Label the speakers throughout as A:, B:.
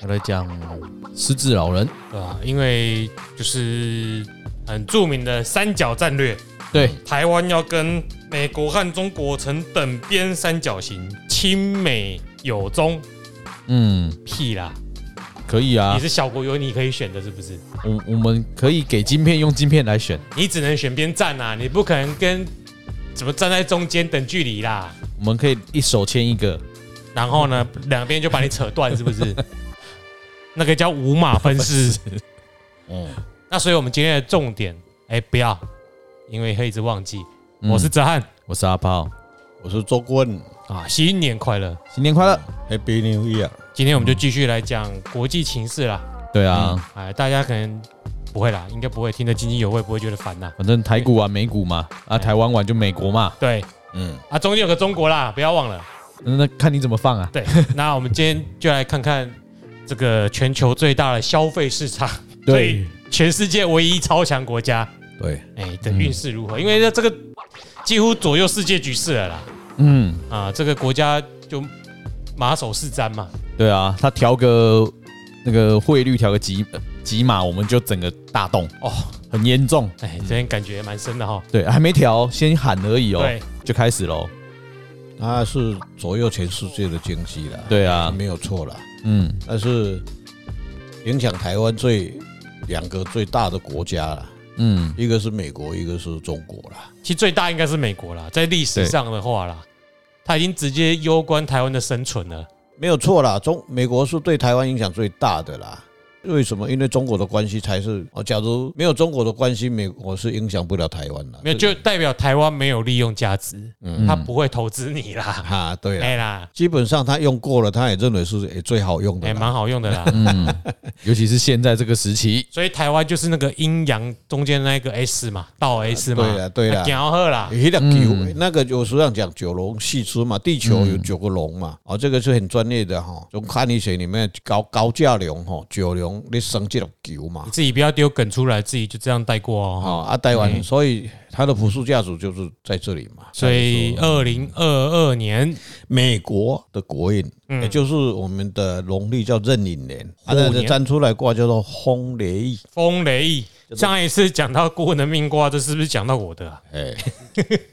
A: 他在讲失智老人，
B: 对吧、因为就是很著名的三角战略，
A: 对，
B: 台湾要跟美国和中国成等边三角形，亲美友中，
A: 嗯，
B: 屁啦！
A: 可以啊
B: 你，是小国有你可以选的，是不是？
A: 我我们可以给晶片用晶片来选，
B: 你只能选边站啊，你不可能跟怎么站在中间等距离 啦。
A: 我们可以一手牵一个，
B: 然后呢，两边就把你扯断，是不是？那个叫五马分尸。
A: 嗯，
B: 那所以我们今天的重点，哎、不要，因为会一直忘记。
A: 嗯
B: 我是哲翰
A: 我是阿炮，
C: 我是周棍
B: 啊，新年快乐！
A: 新年快乐，
C: ，Happy New Year。
B: 今天我们就
C: 嗯
B: 继续来讲国际情势啦。
A: 对啊，
B: 哎，大家可能不会啦，应该不会听得津津有味，不会觉得烦啦。
A: 反正台股玩美股嘛，啊，台湾玩就美国嘛，
B: 对
C: 嗯，
B: 啊，中间有个中国啦，不要 忘了。
A: 那看你怎么放啊，
B: 对，那我们今天就来看看这个全球最大的消费市场，
A: 对，
B: 全世界唯一超强国家，
C: 对，
B: 哎的运势如何？因为这这个几乎左右世界局势了啦，
A: 嗯，
B: 啊，这个国家就马首是瞻嘛，
A: 对啊，他调个那个汇率调个几几码，我们就整个大动，
B: 哦，
A: 很严重，
C: 嗯
B: 哎，这天感觉蛮深的哈，
A: 对，还没调，先喊而已哦，
B: 对，
A: 就开始喽，
C: 它是左右全世界的经济了，
A: 对啊
C: 没有错了。
A: 嗯，
C: 但是影响台湾最两个最大的国家了，
A: 嗯，
C: 一个是美国，一个是中国了。
B: 其实最大应该是美国啦，在历史上的话啦，它已经直接攸关台湾的生存了，
C: 没有错啦，中美国是对台湾影响最大的啦。为什么？因为中国的关系才是哦。假如没有中国的关系，美国是影响不了台湾的。
B: 没有就代表台湾没有利用价值，
C: 嗯
B: 他不会投资你啦，
C: 哈、 对啊了，
B: 哎啦，
C: 基本上他用过了，他也认为是诶最好用的
B: 哎，
C: 啦。
B: 蛮好用的 啦。
A: 嗯尤其是现在这个时期，
B: 所以台湾就是那个阴阳中间那个 S 嘛，倒 S 嘛，
C: 对啦啊对啦
B: 然后啦，
C: 诶那
A: 嗯
C: 九、那个有时候讲九龙戏珠嘛，地球有九个龙嘛，
B: 嗯
C: 哦，这个是很专业的哈、从看医学里面高高价龙哈，九龙你生这个球嘛
B: 你，自己不要丢梗出来，自己就这样带过哦。
C: 哦，啊，台湾，所以它的朴素价值就是在这里嘛。
B: 所以
C: 才说
B: 二零二二年
C: 美国的国运，
B: 嗯
C: 也就是我们的农历叫壬寅年，啊
B: 虎
C: 它
B: 年
C: 的占出来卦叫做轰雷翼，
B: 风雷翼，上一次讲到顾问的命卦，这是不是讲到我的啊？
C: 哎，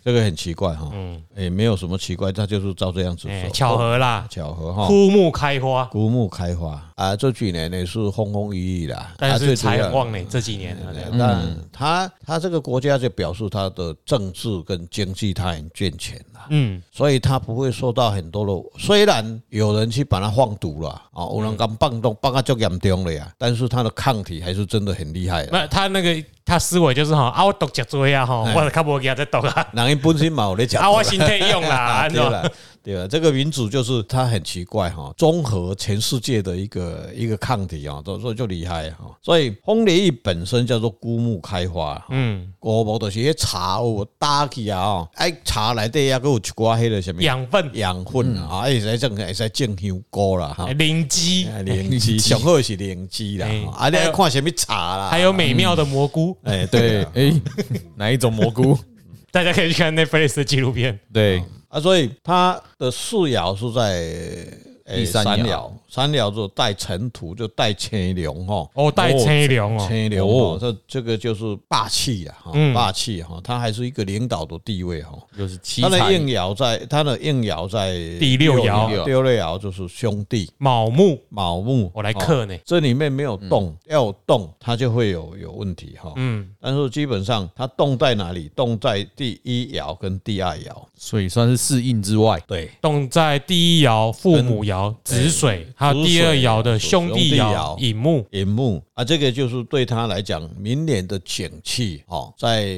C: 这个很奇怪哈，
B: 嗯，
C: 哎，没有什么奇怪，它就是照这样子
B: 哎
C: 说，，
B: 巧合啦，
C: 巧合哈。
B: 枯木开花，
C: 古木开花啊，这几年也是风风雨雨啦，
B: 但
C: 啊最
B: 是
C: 主要
B: 才很旺呢，这几年啊对
C: 但他他这个国家就表示他的政治跟经济他很健全啦，
B: 嗯，
C: 所以他不会受到很多的。虽然有人去把它放毒了啊，有人敢放毒，放到就严重了呀，但是他的抗体还是真的很厉害的。
B: 那他那个他思维就是哈，啊我读脚椎啊哈，
C: 哎
B: 我较无惊在读啊，
C: 人家本身冇咧讲
B: 啊我身体用 啦，安
C: 啊对
B: 怎
C: 了，对了，这个民主就是它很奇怪哈、综合全世界的一个一个抗体啊、都所以就厉害哈、所以风雷翼本身叫做枯木开花、
B: 嗯，
C: 国无就是迄茶有打起啊哦，哎茶内底还佫有一寡迄个什么
B: 养嗯分、
C: 养分啊，啊会使种会使种香菇啦，哈，
B: 哎灵机，
C: 啊灵芝上好是灵芝啦，
B: 哎
C: 哈啊你
B: 还
C: 爱
B: 有
C: 看什么茶啦，
B: 还有美妙的蘑菇，
C: 哎 对
A: 对，
C: 啊
A: 哎、哪一种蘑 菇？
B: 大家可以去看 Netflix 的纪录片。
A: 对，
C: 啊，所以它的四爻是在。哎
A: 第三爻
C: 三爻，三爻就带尘土，就带青龙哈。
B: 哦，带车龙哦，
C: 青龙
A: 哦
C: 哦，这这个就是霸气呀，哈
B: 嗯，
C: 霸气哈，它还是一个领导的地位哈。
A: 又是七
C: 它的
A: 彩
C: 应爻在，它的应爻在
B: 第六爻
C: 第六爻就是兄弟
B: 卯木，
C: 卯木。
B: 我来
C: 哦，
B: 克呢。
C: 这里面没有动，要动它就会有有问题哈。
B: 嗯，
C: 但是基本上它动在哪里？动在第一爻跟第二爻。
A: 所以算是适应之外。
C: 对，
B: 动在第一爻父母爻子水，还有第二爻的兄弟爻
C: 兄弟爻
B: 引木。
C: 寅木啊，这个就是对他来讲，明年的景气哦，在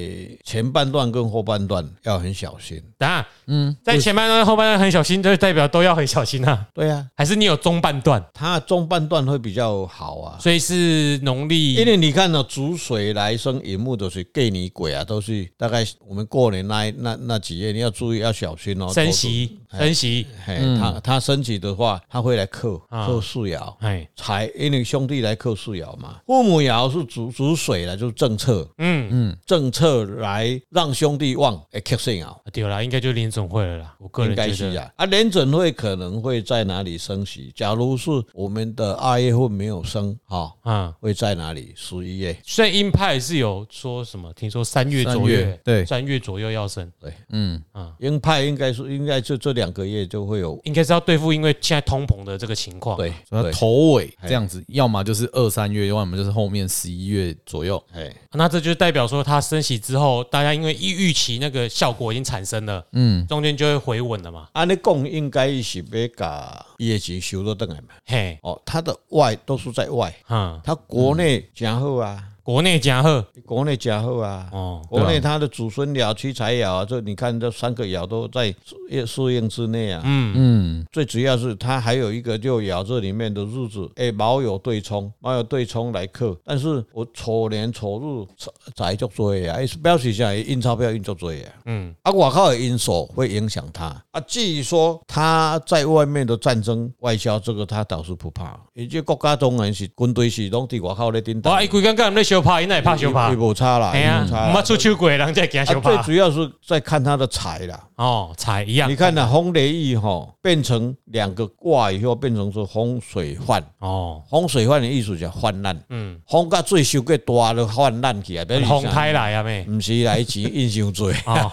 C: 前半段跟后半段要很小心。
B: 等下，嗯，在前半段、后半段很小心，就代表都要很小心啊。
C: 对啊，
B: 还是你有中半段，
C: 它中半段会比较好啊。
B: 所以是农
C: 因
B: 历
C: 为你看呢、哦煮水来生银幕都是给你鬼啊，都是大概我们过年那一那那几页，你要注意要小心哦。
B: 升息升息，
C: 嘿，
A: 嗯
C: 他他升级的话，他会来克
B: 啊
C: 克树爻，
B: 哎，
C: 财因为兄弟来克树爻嘛，父母爻是主主水了，就是政策，
B: 嗯，
C: 政策来让兄弟旺，哎，克顺爻。
B: 对啦，应该就联总会了啦。我个
C: 应
B: 人
C: 该
B: 觉
C: 是
B: 得，
C: 啊，啊，联准会可能会在哪里升息？假如是我们的二月份没有升，哈、
B: 啊，
C: 会在哪里？十一月，
B: 虽然鹰派是有说什么，听说三月
A: 三
B: 左
A: 月
B: 右，
A: 对
B: 三月左右要升，
A: 嗯，
C: 鹰派应该是应该就这两个月就会有，
B: 应该是要对付因为现在通膨的这个情况。
C: 对
A: 所以
C: 对
A: 它，头尾这样子，要么就是二三月，要么就是后面十一月左右。
C: 哎，
B: 那这就代表说，它升息之后，大家因为一预期那个效果已经产生了，
A: 嗯，
B: 中间就会回稳了嘛。
C: 按你讲啊应该是要把业绩修到等来嘛，
B: 嘿，
C: 哦，它的外都是在外，
B: 嗯，
C: 它国内加厚啊，
B: 国内加贺
C: 国内加厚啊。
B: 哦，
C: 国内它的祖孙爻、七财爻啊，这你看这三个爻都在适适应之内啊。
B: 嗯，
C: 最主要是它还有一个六爻这里面的日子，哎，卯酉对冲，卯酉对冲来克。但是我丑年丑日丑宅足多的啊，哎，表示啥？印钞票印足多的啊。
B: 嗯，
C: 啊，外靠的因素会影响他啊。至于说他在外面的战争外交，这个他倒是不怕，伊这国家当然是军队是拢伫外口咧顶
B: 哇，一规刚刚在小怕，那也怕小怕
C: 伊，无差啦，
B: 哎呀，
C: 他
B: 我们出去鬼，人家给他小
C: 啊最
B: 怕
C: 主要是在看他的财啦。
B: 哦，才一样
C: 你看呐，风雷翼哈变成两个卦以后，变成说风水患。
B: 哦，
C: 风水患的意思叫患难，
B: 嗯，啊
C: 风甲水收过大就患难起来，比如
B: 红开来啊 妹，
C: 毋是来钱印 伤多，
B: 哦，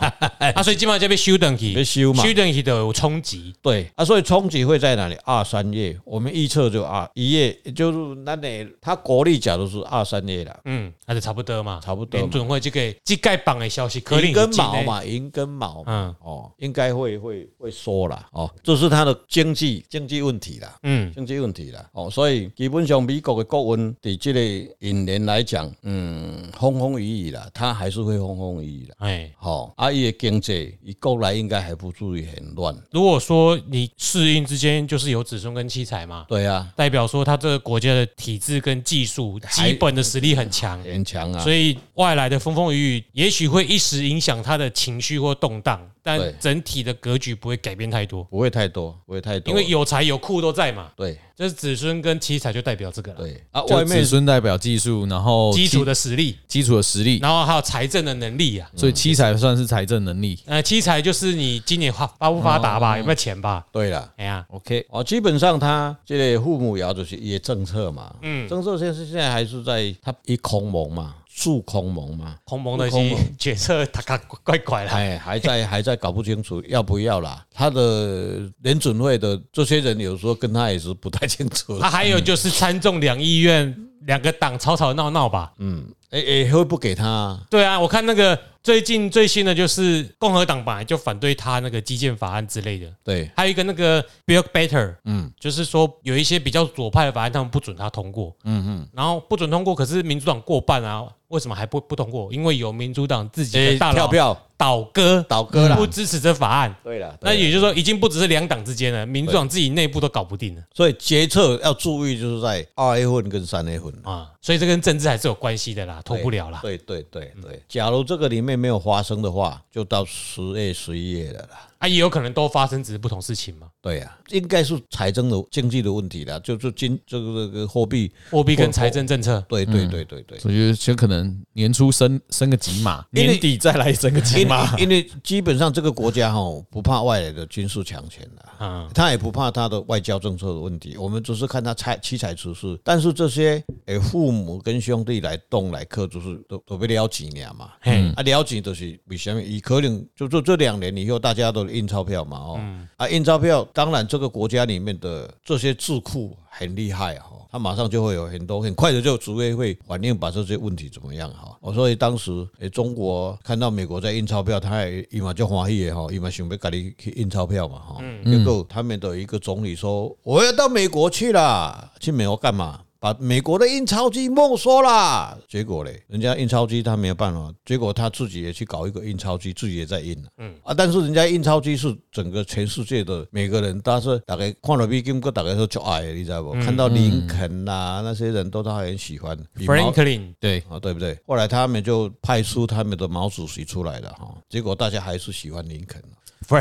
B: 啊，所以基本上就被修等
C: 要
B: 去，
C: 修嘛。
B: 修等去就有冲击，
C: 对啊，所以冲击会在哪里？二三月，我们预测就二一月，就是那里它国力假如是二三月啦，
B: 嗯，那就差不多嘛，
C: 差不多嘛
B: 联准会这个这盖榜的消息，可能
C: 银
B: 已
C: 跟
B: 经
C: 毛
B: 呢，
C: 嘛，银跟毛嘛，
B: 欸嗯
C: 哦，应该会会会缩啦，哦，这是它的经济经济问题啦。
B: 嗯，
C: 经济问题啦，哦，所以基本上美国的国运对这个引年来讲，嗯，风风雨雨啦，它还是会风风雨雨啦。
B: 哎。
C: 吼、啊，伊的经济，伊国内应该还不至于很乱。
B: 如果说你适应之间就是有子孙跟妻财嘛，
C: 对啊，
B: 代表说他这个国家的体制跟技术
C: 还
B: 基本的实力很强，
C: 很强啊。
B: 所以外来的风风雨雨也许会一时影响他的情绪或动荡，
C: 对
B: 但整体的格局不会改变太多，
C: 不会太多，不会太多，
B: 因为有财有库都在嘛。
C: 对
B: 这是子孙跟妻财就代表这个了，
C: 对啊，
A: 就
C: 外面
A: 子孙代表技术，然后
B: 哦基础
A: 七
B: 的实力，
A: 基础的实力，
B: 然后还有财政的能力啊。
A: 所以七才算是财政能力。
B: 呃，妻财就是你今年发发不发达吧，有没有钱吧？
C: 对啦。
B: 哎呀，
A: OK，
C: 哦，基本上他这个父母爻就是一个政策嘛，
B: 嗯
C: 政策现是现在还是在他一空蒙嘛，数空蒙嘛，
B: 空蒙的
C: 空
B: 些角色，他卡怪怪啦。
C: 哎，还在还在搞不清楚要不要啦。他的联准会的这些人有时候跟他也是不太清楚
B: 他、，啊还有就是参众两议院两个党吵吵闹闹吧。
C: 嗯，哎哎会不给他啊、
B: 对啊，我看那个最近最新的就是共和党本来就反对他那个基建法案之类的，
C: 对，
B: 还有一个那个 Build Better，嗯，就是说有一些比较左派的法案，他们不准他通过，嗯嗯，然后不准通过，可是民主党过半啊，为什么还不不通过？因为有民主党自己
C: 哎
B: 的大
C: 跳
B: 佬
C: 票
B: 倒戈，
C: 倒戈啦
B: 不，支持这法案。
C: 对啦，
B: 那
C: 对啦
B: 也就是说，已经不只是两党之间了，民主党自己内部都搞不定了
C: 所以决策要注意就是在二 A 混跟三 A 混。
B: 啊，所以这跟政治还是有关系的啦，脱不了啦。嗯
C: 对对对对，假如这个里面没有发生的话，就到十月、十一月了啦。
B: 啊，也有可能都发生，只是不同事情嘛。
C: 对呀、啊，应该是财政的经济的问题啦，就是经这个这个货币，
B: 货币跟财政政策，
C: 对对对对对。
A: 所以就是有可能年初升升个几码，
C: 因为
A: 年底再来升个几
C: 因为
A: 码。
C: 因为基本上这个国家哈、不怕外来的军事强权啦，
B: 嗯，
C: 他也不怕他的外交政策的问题，我们只是看他财七彩出事。但是这些诶父母跟兄弟来动来克，就是都都被了解了嘛。
B: 嘿，
C: 啊，了解就是为什么？伊可能就就这两年以后，大家都印钞票嘛，哦，啊，印钞票，当然这个国家里面的这些智库很厉害哈、哦，他马上就会有很多，很快的就职业会反应把这些问题怎么样哈、哦。所以当时诶、中国看到美国在印钞票，他也伊嘛就欢喜的哈，伊嘛想要家己去印钞票嘛哈、结果他们的一个总理说，我要到美国去啦，去美国干嘛？把美国的印钞机没收啦。结果嘞，人家印钞机他没有办法，结果他自己也去搞一个印钞机，自己也在印了。嗯啊，但是人家印钞机是整个全世界的每个人，但是大概看了比金哥大概说就爱，你知道不？
A: 嗯
C: 看到林肯啦、那些人都他很喜欢。
A: 嗯
C: 比毛
B: Franklin，
A: 对，
C: 啊，对不对？后来他们就派出他们的毛主席出来了哈，结果大家还是喜欢林肯。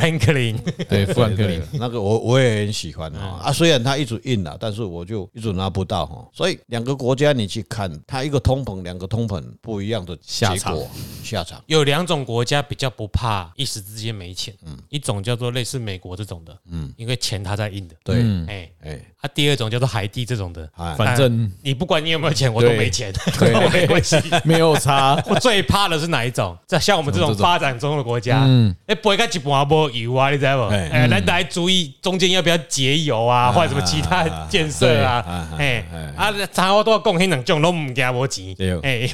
B: Franklin，
A: 对，富兰克林嗯
C: 对，那个我我也很喜欢啊啊，虽然他一直印了，但是我就一直拿不到哈。所以两个国家你去看，它一个通膨，两个通膨不一样的结
A: 下场
C: 果下场。
B: 有两种国家比较不怕一时之间没钱，一种叫做类似美国这种的，因为钱它在印的，
C: 对，
A: 嗯，
B: 哎，
C: 哎，
B: 啊，第二种叫做海地这种的，啊
C: 哎
A: 反正
B: 你不管你有没有钱，我都
A: 对
B: 没钱，
A: 对
B: 跟我 没关系。
A: 没有 差。
B: 我最怕的是哪一种？在像我们这
A: 像我
B: 种
A: 们这种
B: 发展中的国家，
A: 嗯
B: 哎，不会干一半波油啊，你知道不？
C: 哎
B: 哎，咱来注意中间要不要节油啊，或者什么其他建设啊，哎，啊，差我都要讲迄两种都唔惊无钱
C: 对，
B: 哎，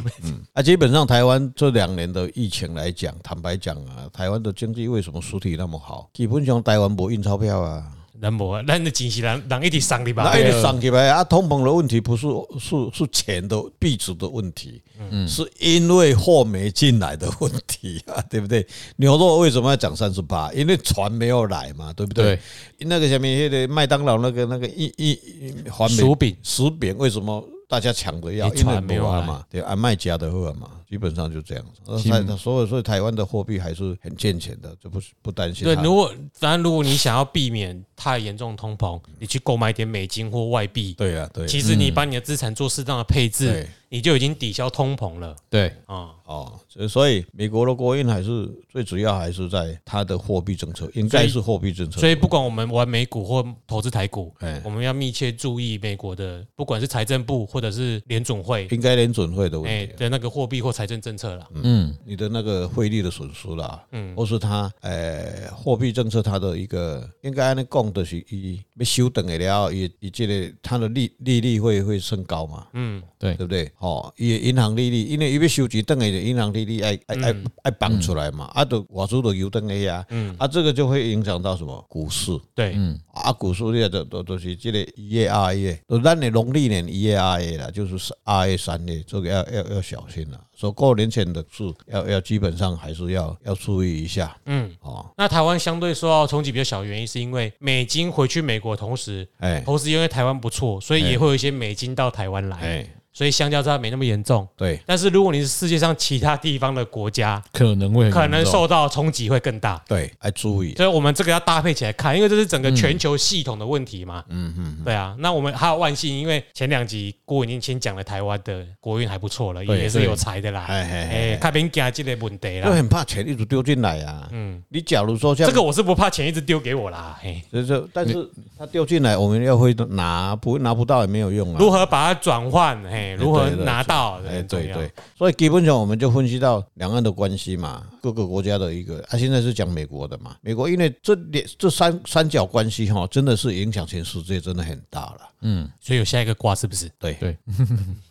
C: 啊，基本上台湾这两年的疫情来讲，坦白讲啊，台湾的经济为什么实体那么好？基本上台湾不印钞票啊，
B: 人无， 咱的钱是人人一直送你吧
C: 那？一直上起来啊，通膨的问题不是是是钱的币值的问题，
B: 嗯
C: 是因为货没进来的问题啊， 对不对？牛肉为什么要涨三十八？因为船没有来嘛，对不对
A: 对？
C: 那个什么，那个麦当劳那个那个一一环
B: 薯饼
C: 薯饼为什么？大家抢着要，
B: 因为
C: 因为
B: 船没有
C: 没有
B: 来
C: 啊嘛，对，按卖家的货嘛，基本上就这样子。呃
A: 行
C: 台所以所以台湾的货币还是很健全的，这不是不担心它。
B: 对，如果反正如果你想要避免太严重的通膨，你去购买一点美金或外币，
C: 对啊，对啊，
B: 其实你把你的资产做适当的配置
C: 对，
B: 你就已经抵消通膨了
A: 对，
B: 啊。
C: 哦，所以所以美国的国运还是最主要还是在它的货币政策，应该是货币政策。
B: 所以不管我们玩美股或投资台股
C: 哎，
B: 我们要密切注意美国的，不管是财政部或者是联总会，
C: 应该联准会的
B: 哎
C: 问题，啊
B: 的那个货币或财政政策啦。
A: 嗯，
C: 你的那个汇率的损失啦，嗯，或是它呃货币政策它的一个应该按你讲的是一要修等的了，也也这个它的利利率会会升高嘛，
B: 嗯，
A: 对
C: 对不对？哦，伊的银行利率，因为伊要收钱，等下银行利率爱爱爱爱绑出来嘛，
B: 嗯
C: 啊，都外资都游等的呀，啊，这个就会影响到什么股市，
B: 对，
C: 啊，股市咧都都都是这个一月二月，都咱的农历年一月二月啦，就是二月三月，这个要要要小心啦。所以过年前的事，要要基本上还是要要注意一下
B: 嗯。
C: 哦。
B: 那台湾相对受到冲击比较小，原因是因为美金回去美国的同时，
C: 哎
B: 同时因为台湾不错，所以也会有一些美金到台湾来，
C: 哎，
B: 所以相较之下没那么严重。
C: 对，
B: 但是如果你是世界上其他地方的国家，
A: 可能会很
B: 可能
A: 严重
B: 受到冲击会更大。
C: 对，要注意。
B: 所以我们这个要搭配起来看，因为这是整个全球系统的问题嘛。嗯嗯，对啊。那我们还有万幸，因为前两集郭已经先讲了台湾的国运还不错了，
C: 对
B: 也是有才的啦。
C: 哎哎
B: 哎，
C: 哎，
B: 开边加这类问题
C: 就
B: 啦。
C: 很怕钱一直丢进来啊。嗯，你假如说像
B: 这个，我是不怕钱一直丢给我啦。嘿，
C: 这这，但是它丢进来，我们要会拿，不拿不到也没有用啊。
B: 如何把它转换？嘿，如何
C: 对对
B: 拿到？
C: 哎，
B: 很重
C: 对
B: 要
C: 对，，所以基本上我们就分析到两岸的关系嘛，各个国家的一个，啊，现在是讲美国的嘛，美国因为这两这三三角关系哈，真的是影响全世界，真的很大了。
B: 所以有下一个卦是不是？
C: 对
A: 对，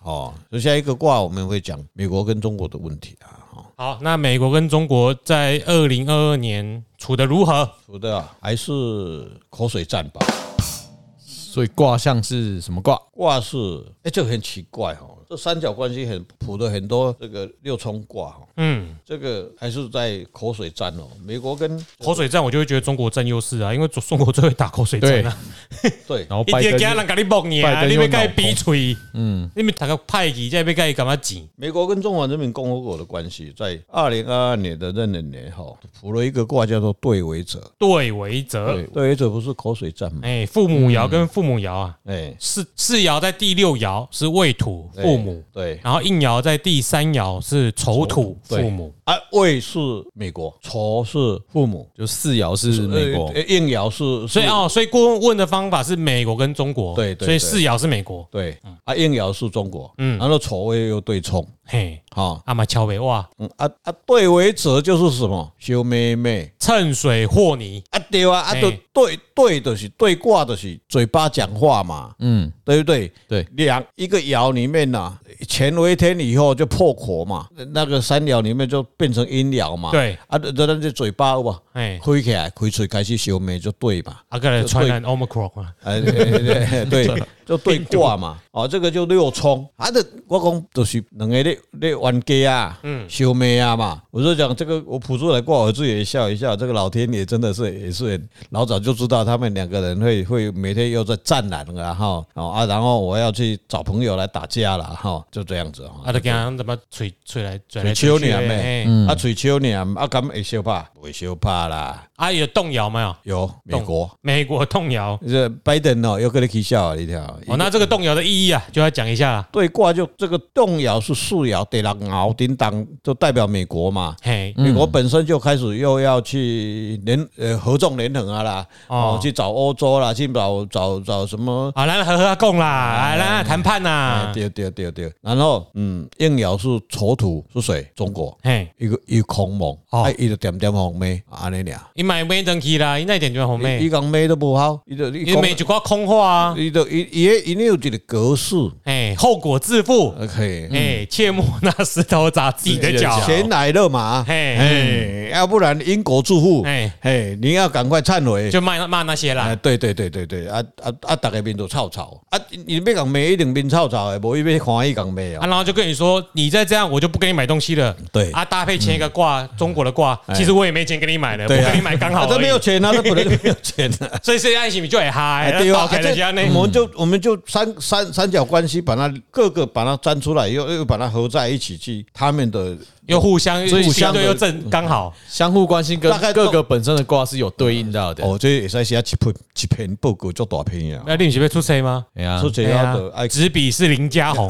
C: 哦，所以下一个卦我们会讲美国跟中国的问题啊，哈，
B: 好，那美国跟中国在二零二二年处得如何？
C: 除的啊还是口水战吧。
A: 所以卦象是什么卦？
C: 卦是，哎、这个很奇怪哈、这三角关系很普的很多这个六冲卦哈、
B: 嗯，
C: 这个还是在口水战哦，美国跟
B: 口水战我就会觉得中国占优势啊，因为中 中国最会打口水战啊。
C: 对
A: 然后
B: 一
A: 拜
B: 定惊
A: 登
B: 人甲你摸你
A: 拜
B: 啊！
A: 登
B: 你
A: 又
B: 要甲伊
A: 脑
B: 比
A: 空
B: 喙，嗯，你咪读个派去，再要甲伊干嘛钱？
C: 美国跟中华人民共和国的关系，在二零二二年的壬寅年哈，卜了一个卦叫做对围者。
B: 对为则，
C: 对围嗯者不是口水战吗？
B: 呃哎，父母爻跟父母爻啊，
C: 哎，
B: 四四爻在第六爻是未土父母，
C: 对
B: 然后应爻在第三爻是丑土
C: 对
B: 父母，
C: 啊，魏是美国，仇是父母，
A: 就四爻是美国
C: 呃，呃应爻是，
B: 所以
C: 是，
B: 哦，所以顾问问的方法是美国跟中国，
C: 对对
B: 所以
C: 对
B: 四爻是美国，
C: 对啊，应爻是中国，
B: 嗯
C: 嗯，然后仇魏又对冲，
B: 嘿，啊
C: 哈，
B: 阿玛乔维哇，
C: 嗯啊啊，对围者就是什么修妹妹
B: 趁水和泥，
C: 啊，对啊，啊
B: 哎
C: 都对对的是对卦的是嘴巴讲话嘛，
A: 嗯，
C: 对不对？
A: 对，
C: 两一个爻里面呐、乾为天以后就破火嘛，那个三爻里面就变成阴爻嘛。
B: 对，
C: 啊，这这这嘴巴有无
B: 哎，
C: 开起来，开嘴开始烧眉就对嘛。
B: 啊阿个来传染 omicron 啊嘛，
C: 哎，对对对，对就对卦嘛， 哦，这个就六冲，啊，这我讲就是两个咧咧冤家啊，嗯，兄妹啊嘛，我就讲这个我谱出来卦，我自己也笑一笑，这个老天爷真的是也是老早就知道他们两个人会会每天又在战狼了哈，哦啊，然后我要去找朋友来打架了哈，就这样子
B: 啊，
C: 哈。
B: 就惊人怎么吹吹来吹哎来
C: 吹秋
B: 去
C: 年
B: 的
C: 咩
B: 嘿？
C: 啊，嘴秋年啊，敢会相怕？不会相怕啦。
B: 啊，有动摇没有？
C: 有美国，
B: 美国动摇
C: 这拜登哦，又跟你起笑啊，你听哦。
B: 哦，那这个动摇的意义啊，就要讲一下啦。
C: 对卦就这个动摇是四爻，得了爻叮当就代表美国嘛。
B: 嘿，
C: 美国本身就开始又要去联呃合纵连横啊啦，
B: 哦
C: 哦，去找欧洲啦，去找找找什么？
B: 好，来和和共啦，来来谈判
C: 啊，
B: 啦。
C: 对对对对。然后嗯，应爻是丑土是谁？中国
B: 嘿，
C: 一个一空蒙，
B: 哦
C: 啊，一个点点红梅，安尼俩，
B: 你买美登去啦，你那一点就红
C: 伊
B: 妹，
C: 讲梅都不好，伊就伊
B: 你买一挂空话啊，
C: 伊就伊伊伊有一个格式
B: 嘿，后果自负。
C: ，OK，
B: 哎，切莫拿石头砸自己的脚。
C: 钱来了嘛，
B: 嘿
C: 嘿，要不然因果祝福，
B: 嘿
C: 嘿，你要赶快忏悔。
B: 就骂骂那些
C: 啊，
B: 啦。
C: 对对对对对，啊啊啊！大家面都臭臭，啊，你要讲骂一定面臭臭的，无伊要欢喜讲骂
B: 啊，
C: 哦。
B: 然后就跟你说，你再这样，我就不给你买东西了。
C: 对嗯哎
B: 啊，搭配签一个卦，中国的卦，其实我也没钱给你买了，我
C: 对啊
B: 给你买刚好
C: 啊，
B: 而
C: 这
B: 已。
C: 没有钱啊，这本来就没有钱 啊。
B: 所以现在爱情你就很嗨，
C: 对
B: 爆
C: 啊，
B: 开人家呢
C: 这。我们就我们就三三三角关系，把它各个把它粘出来，又又把它合在一起去，他们的
B: 又互相
A: 所以
B: 互
A: 相
B: 相对
A: 的
B: 又正刚好，
A: 相互关心
C: 大
A: 跟
C: 概都
A: 各个本身的卦是有对应到的。
C: 哦，这也是写一篇一篇报告做大篇啊，
B: 那你是被出谁吗？
A: 哎呀
C: 出，这
B: 对
C: 要哎啊
B: 啊
C: 的爱
B: 执笔是林家 宏，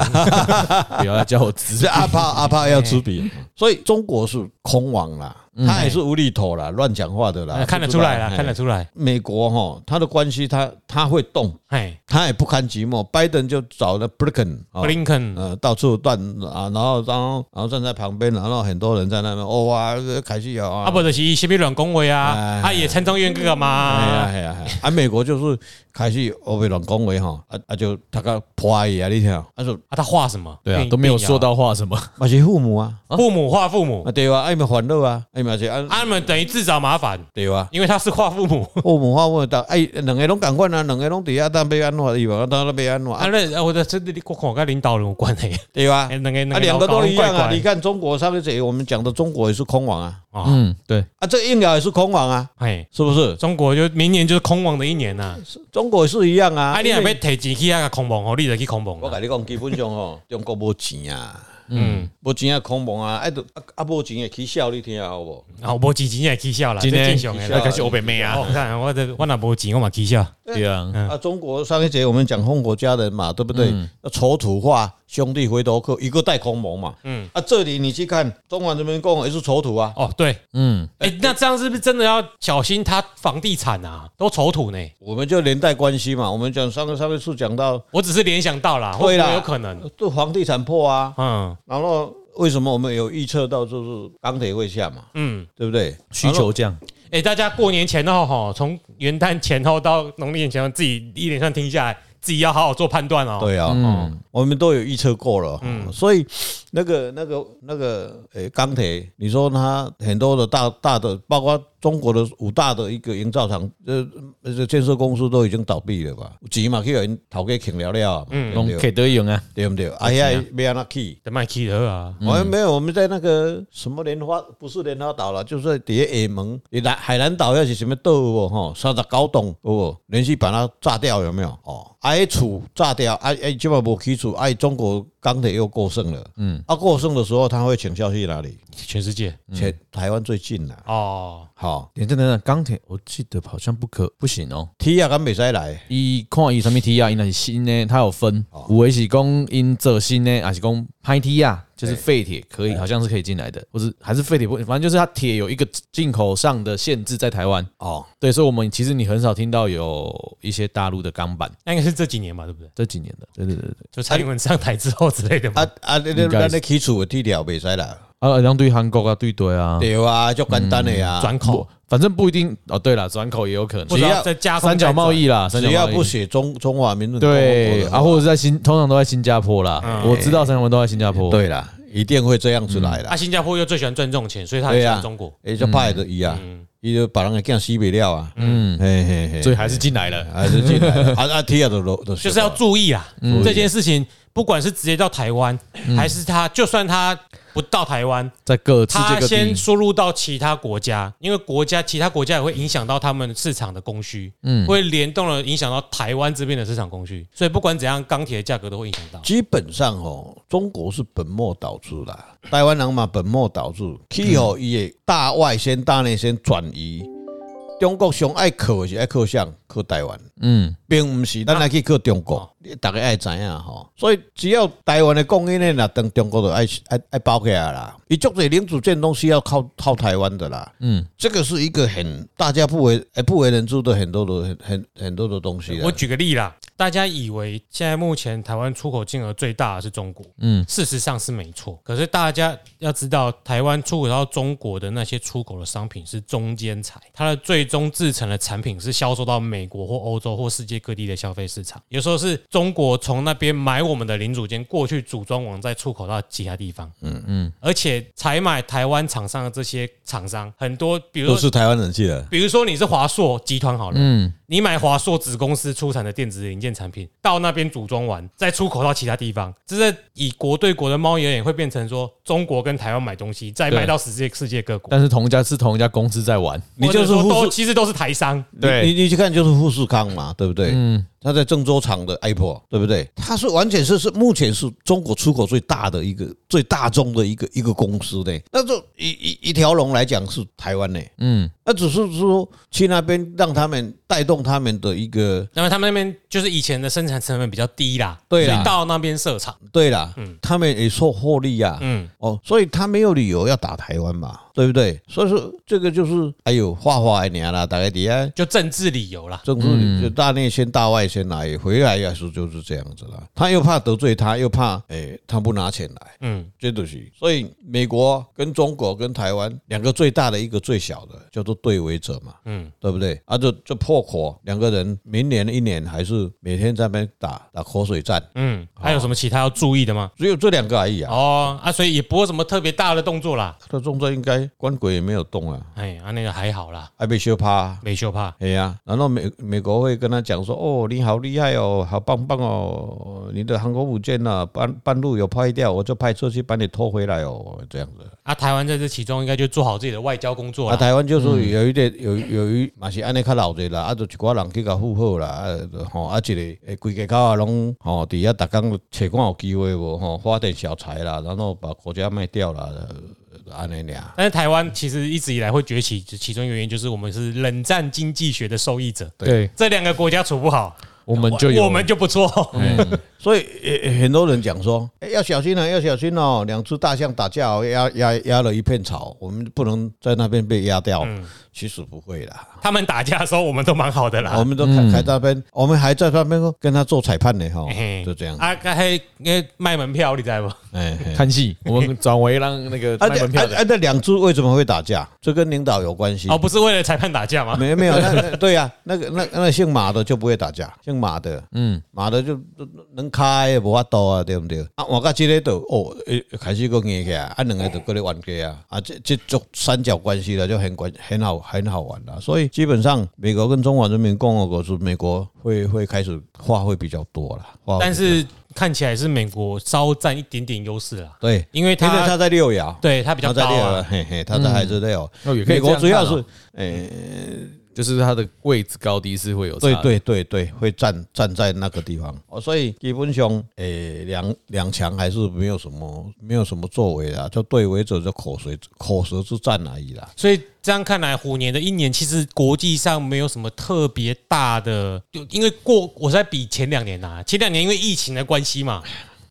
A: 不要再叫我
C: 是
A: 直。
C: 阿帕阿帕要知彼，所以中国是空亡啦，他也是无厘头啦，乱讲话的啦，
B: 嗯哎看得出来
C: 不知
B: 了，
C: 道
B: 看得。
C: 嘿
B: 出来。
C: 美国哈，他的关系他他会动，
B: 哎，
C: 他也不堪寂寞。拜登就找了 Blinken，哦
B: 布林肯，
C: 呃，到处乱啊，然后然后然后站在旁边，然后很多人在那边，哦哇，这个凯西有啊
B: 啊，不就是什么软恭维啊
C: 哎，
B: 他也参众院干
C: 哎呀
B: 嘛？
C: 哎呀，哎呀啊！美国就是开始欧美乱讲话吼，啊啊就他个破伊啊，你听，啊就
B: 啊，他画什么？
A: 对啊
B: 变，
A: 都没有说到话什么。
C: 嘛是父母啊，
B: 父母画父母
C: 啊，对啊，啊伊嘛烦恼啊，啊伊嘛是啊
B: 啊，他们等于自找麻烦，
C: 对啊。
B: 因为他是画父母。
C: 我文化问到，哎，两个拢共款啊，两个拢伫遐，但要安怎，伊嘛当然要安怎，
B: 啊，
C: 啊
B: 那啊我的这里我看跟领导人有关系，
C: 对吧？
B: 哎两个
C: 啊，两个都一样啊。你
B: 看，
C: 看中国上个节我们讲的中国也是空网啊，
B: 哦
A: 嗯，对，
C: 啊，这硬聊也是空网啊，
B: 哎，
C: 是不是？
B: 中国就明年就是空亡的一年啊呐。
C: 中国也是一样啊。
B: 啊，你若
C: 因
B: 要
C: 为
B: 提钱去那个空亡哦，你就去空
C: 我
B: 亡啊。
C: 跟你讲，基本上吼， 中国无钱啊，
B: 嗯，
C: 无钱啊，空网啊，哎，都啊啊，无钱会起笑，你听好无？
B: 啊，无钱钱也起笑啦，这
A: 今天
B: 正常诶。
C: 起笑
B: 那
C: 啊
B: 开始欧北妹啊，哦看我这我若无钱，我嘛起笑。
A: 对啊，
B: 嗯
C: 啊，中国上一节我们讲红国家人嘛，对不对？那丑土话，兄弟回头客，一个带空蒙嘛。嗯，啊，这里你去看中华人民共和国也是丑土啊。
B: 哦，对，
A: 嗯，
B: 哎，那这样是不是真的要小心他房地产啊？都丑土呢？
C: 我们就连带关系嘛，我们讲上个上一次讲到
B: 我只是联想到啦，会
C: 对
B: 不
C: 啦
B: 会有可能？
C: 这房地产破啊，
B: 嗯
C: 然后为什么我们有预测到就是钢铁会下嘛，
B: 嗯。
C: 对不对？
A: 需求降，
B: 哎、大家过年前后哈，从元旦前后到农历年前后，自己一连串听下来，自己要好好做判断哦。，
C: 对啊，
A: 嗯
C: 嗯，我们都有预测过了，哦所以那个那个那个诶，钢铁，你说它很多的大大的，包括中国的五大的一个营造厂，呃，这建设公司都已经倒闭了吧？有钱嘛，去有人头家请了了啊，对
A: 拢
C: 不对
A: 给得用啊。
C: 对不对？哎呀，没让他去。
B: 得卖 K 的啊，
A: 嗯
C: 我们没有，我们在那个什么莲花，不是莲花岛了，就是在底下厦门，你来海南岛要是什么岛有无吼，三十九栋有无，连续把它炸掉有没有？哦，啊，迄厝炸掉，啊，哎，基本无起厝，哎，中国钢铁又过剩了，嗯，啊，过剩的时候它会倾销去哪里？
B: 全世界
A: 嗯
C: 前台湾最近啦，
B: 哦，
C: 好，
A: 等等等等，钢铁我记得好像不可不行哦。
C: 铁啊，敢袂使来，
A: 伊看伊啥物铁啊，伊若是新的，它有分，有的是讲因做新的，还是讲拍铁啊，就是废铁可以，好像是可以进来的，或者还是废铁不，反正就是它铁有一个进口上的限制在台湾。
C: 哦，
A: 对，所以我们其实你很少听到有一些大陆的钢板
B: 那应该是这几年嘛，对不对？
A: 这几年的，对对对对，
B: 就蔡英文上台之后之类的嘛。
C: 啊啊，你你
A: 应该是
C: 咱咧起厝的铁条袂使啦，
A: 啊，像对韩国啊，对对啊，
C: 对啊，就简单的啊，
A: 嗯
B: 转口，
A: 反正不一定哦。对了，转口也有可能，
B: 不知道在加工
A: 三角贸易啦，三角
C: 只
A: 贸易
C: 要不写中中华民族共和国
A: 对
C: 的
A: 啊，
C: 话
A: 或者是在新，通常都在新加坡啦。
B: 嗯
A: 我知道三角都在新加坡。，
C: 对啦，一定会这样子来啦
B: 啊啊，。新加坡又最喜欢赚这种钱，所以他很
C: 对
B: 喜
C: 呀，
B: 欢中国。嗯
C: 诶，就派的一样，伊就把人给干死不了啊。嗯，嘿嘿嘿，
A: 所以还是进来了。
C: 还是进来了，啊啊，踢啊都都
B: 就是要注意啊，这件事情，不管是直接到台湾，还是他，就算他不到台湾，
A: 在各世界
B: 他
A: 各
B: 先
A: 地，
B: 输入到其他国家，因为国家其他国家也会影响到他们市场的供需，嗯，会联动了影响到台湾这边的市场供需，所以不管怎样，钢铁的价格都会影响到。
C: 基本上哦，中国是本末倒置啦，台湾人嘛本末倒置，去吼伊的大外先大内先转移。中国上爱靠的是爱靠向靠台湾，
A: 嗯，
C: 并毋是咱来去靠中
B: 哦
C: 国，你大家爱知影吼。所以只要台湾的供应链啦，当中国就爱爱爱包起来啦。伊足侪零组件都是要靠靠台湾的啦。嗯，这个是一个很大家不为哎不为人知的很多的很很很多的东西啦
B: 我。举个例啦，大家以为现在目前台湾出口金额最大的是中国，嗯，事实上是没错。可是大家要知道，台湾出口到中国的那些出口的商品是中间材，它的最终制成的产品是销售到美国或欧洲或世界各地的消费市场。有时候是中国从那边买我们的零组件过去组装完再出口到其他地方，嗯嗯，而且采买台湾厂商的这些厂商很多，比如
C: 都
B: 说
C: 是台湾人去的，
B: 比如说你是华硕集团好了，嗯，你买华硕子公司出产的电子零件产品，到那边组装完，再出口到其他地方，这是以国对国的贸易而言，会变成说中国跟台湾买东西，再卖到世界世界各国。
A: 但是同一家是同一家公司在玩，
C: 你就
B: 或者
C: 是
B: 说
C: 护
B: 都
C: 士
B: 其实都是台商，
C: 你你你去看就是富士康嘛，对不对？嗯，他在郑州厂的 Apple，对不对？它是完全是是目前是中国出口最大的一个最大宗的一个一个公司呢。那就一一一条龙来讲是台湾呢，
A: 嗯，
C: 那只是说去那边让他们带动他们的一个
B: 那么他们那边就是以前的生产成本比较低啦，
C: 对啦
B: 所以到那边设厂，
C: 对啦，他们也受获利呀、
B: 嗯，
C: 哦，所以他没有理由要打台湾嘛，对不对？所以说这个就是哎呦，画画一年啦，大概底下。
B: 就政治理由啦。
C: 政府就大内先大外先来，回来也是就是这样子啦。他又怕得罪他，又怕哎、他不拿钱来，
B: 嗯，
C: 这东西。所以美国跟中国跟台湾两个最大的一个最小的叫做对围者嘛，
B: 嗯，
C: 对不对？啊，就就破口，两个人明年一年还是每天在那边打打口水战，
B: 嗯，还有什么其他要注意的吗？
C: 只有这两个而已啊。
B: 哦啊，所以也不会什么特别大的动作啦。
C: 他的重在应该官鬼也没有动啊，
B: 哎，啊那个还好啦，
C: 还被修趴、啊。
B: 没修怕。
C: 哎呀，然后美美国会跟他讲说，哦，你好厉害哦，好棒棒哦，你的航空母舰呢、半半路有拍掉，我就派车去把你拖回来哦，这样子。
B: 啊，台湾在这其中应该就做好自己的外交工作
C: 啊，
B: 了。
C: 台湾就是有一点有有一嘛是安尼较闹热啦，啊，就一寡人去甲附和啦，啊，就吼啊一个诶，规家口啊拢吼，伫遐逐工找看有机会无吼，发点小财啦，然后把国家卖掉啦，呃安尼俩。
B: 但是台湾其实一直以来会崛起，其中原因就是我们是冷战经济学的受益者。
A: 对，
B: 这两个国家处不好，
A: 我们就有
B: 我们就不错。
C: 哎所以也也很多人讲说、哎要小心啊，要小心哦，两只大象打架、哦，压压压了一片草，我们不能在那边被压掉。
B: 嗯
C: 其实不会啦，
B: 他们打架的时候，我们都蛮好的
C: 我
B: 啦。
C: 们都开开那边，我们还在那边哦跟他做裁判呢，哈
B: 嘿，
C: 就这样。
B: 啊，还那卖门票，你知道不？
C: 哎，嘿
A: 看戏，我们转为让那个
C: 啊，
A: 卖门票
C: 这啊
A: 的，
C: 啊，那两只为什么会打架？这跟领导有关系
B: 哦，。不是为了裁判打架吗？
C: 没没有，那那对呀、那个那那姓马的就不会打架，姓马的，嗯，马的就就能开也无法度啊，对不对？啊，我甲这个就哦，诶开始个硬起来，啊，两个就过来冤家啊，啊，这这种三角关系了，就很关很好很好玩了。所以基本上，美国跟中华人民共和国是美国会会开始话会比较多了，话会
B: 但
C: 比较
B: 是看起来是美国稍占一点点优势啦，
C: 对，
B: 因为
C: 因为
B: 他
C: 他在六爻，
B: 对他比较
C: 他在
B: 高
C: 六爻，
B: 啊。嗯
C: 嘿嘿，他在还是六爻。
A: 哦也可以
C: 美国主要
A: 这样看
C: 是
A: 哦就是它的位置高低是会有差
C: 对
A: 的，
C: 对对对，会站站在那个地方哦，所以基本上诶，两两强还是没有什么没有什么作为啦，就对围者就口水口舌之战而已啦。
B: 所以这样看来，虎年的一年其实国际上没有什么特别大的，就因为过我在比前两年呐、前两年因为疫情的关系嘛，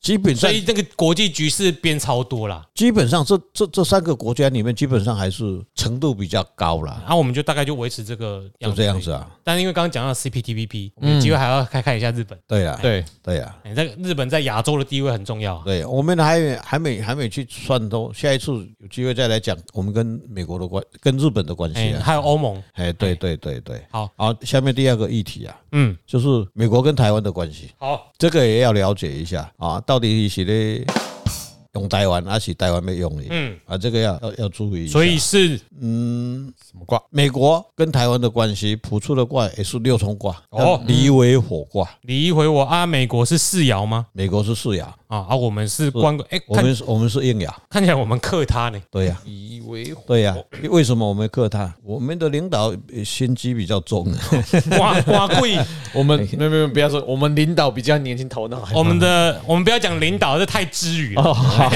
C: 基本
B: 所
C: 上
B: 以那个国际局势变超多啦。
C: 基本上这这这三个国家里面，基本上还是程度比较高啦，
B: 然啊后我们就大概就维持这个样子，
C: 就这样子。嗯啊。
B: 但是因为刚刚讲到 CPTPP，我们有机会还要看看一下日本。
C: 对啦，
A: 对，
C: 对呀，
B: 哎，在日本在亚洲的地位很重要啊。
C: 对，我们还没还没还没去算透，下一次有机会再来讲我们跟美国的关跟日本的关系
B: 哎，
C: 啊。
B: 还有欧盟。
C: 哎，对对对对，
B: 好，
C: 好，下面第二个议题啊，
B: 嗯，
C: 就是美国跟台湾的关系。
B: 好，
C: 这个也要了解一下啊，到底是咧用台湾，而且台湾要用你，
B: 嗯，
C: 啊，这个要要要注意一下。
B: 所以是
C: 嗯，
A: 什么卦？
C: 美国跟台湾的关系，朴初的卦也是六冲卦，
B: 哦
C: 哦，离为火卦，
B: 你一回我啊，美国是世爻吗？
C: 美国是四爻，
B: 啊啊，我们是关个哎，
C: 我
B: 看
C: 们是我们是硬爻，
B: 看起来我们克他呢，
C: 对呀、
A: 以为火
C: 对呀、
B: 哦
C: 为什么我们克他？我们的领导呃心机比较重，
B: 哇哇贵，
A: 我们没有没有，不要说我们领导比较年轻头脑还。
B: 我们的我们不要讲领导，这太知语了，
A: 哦，好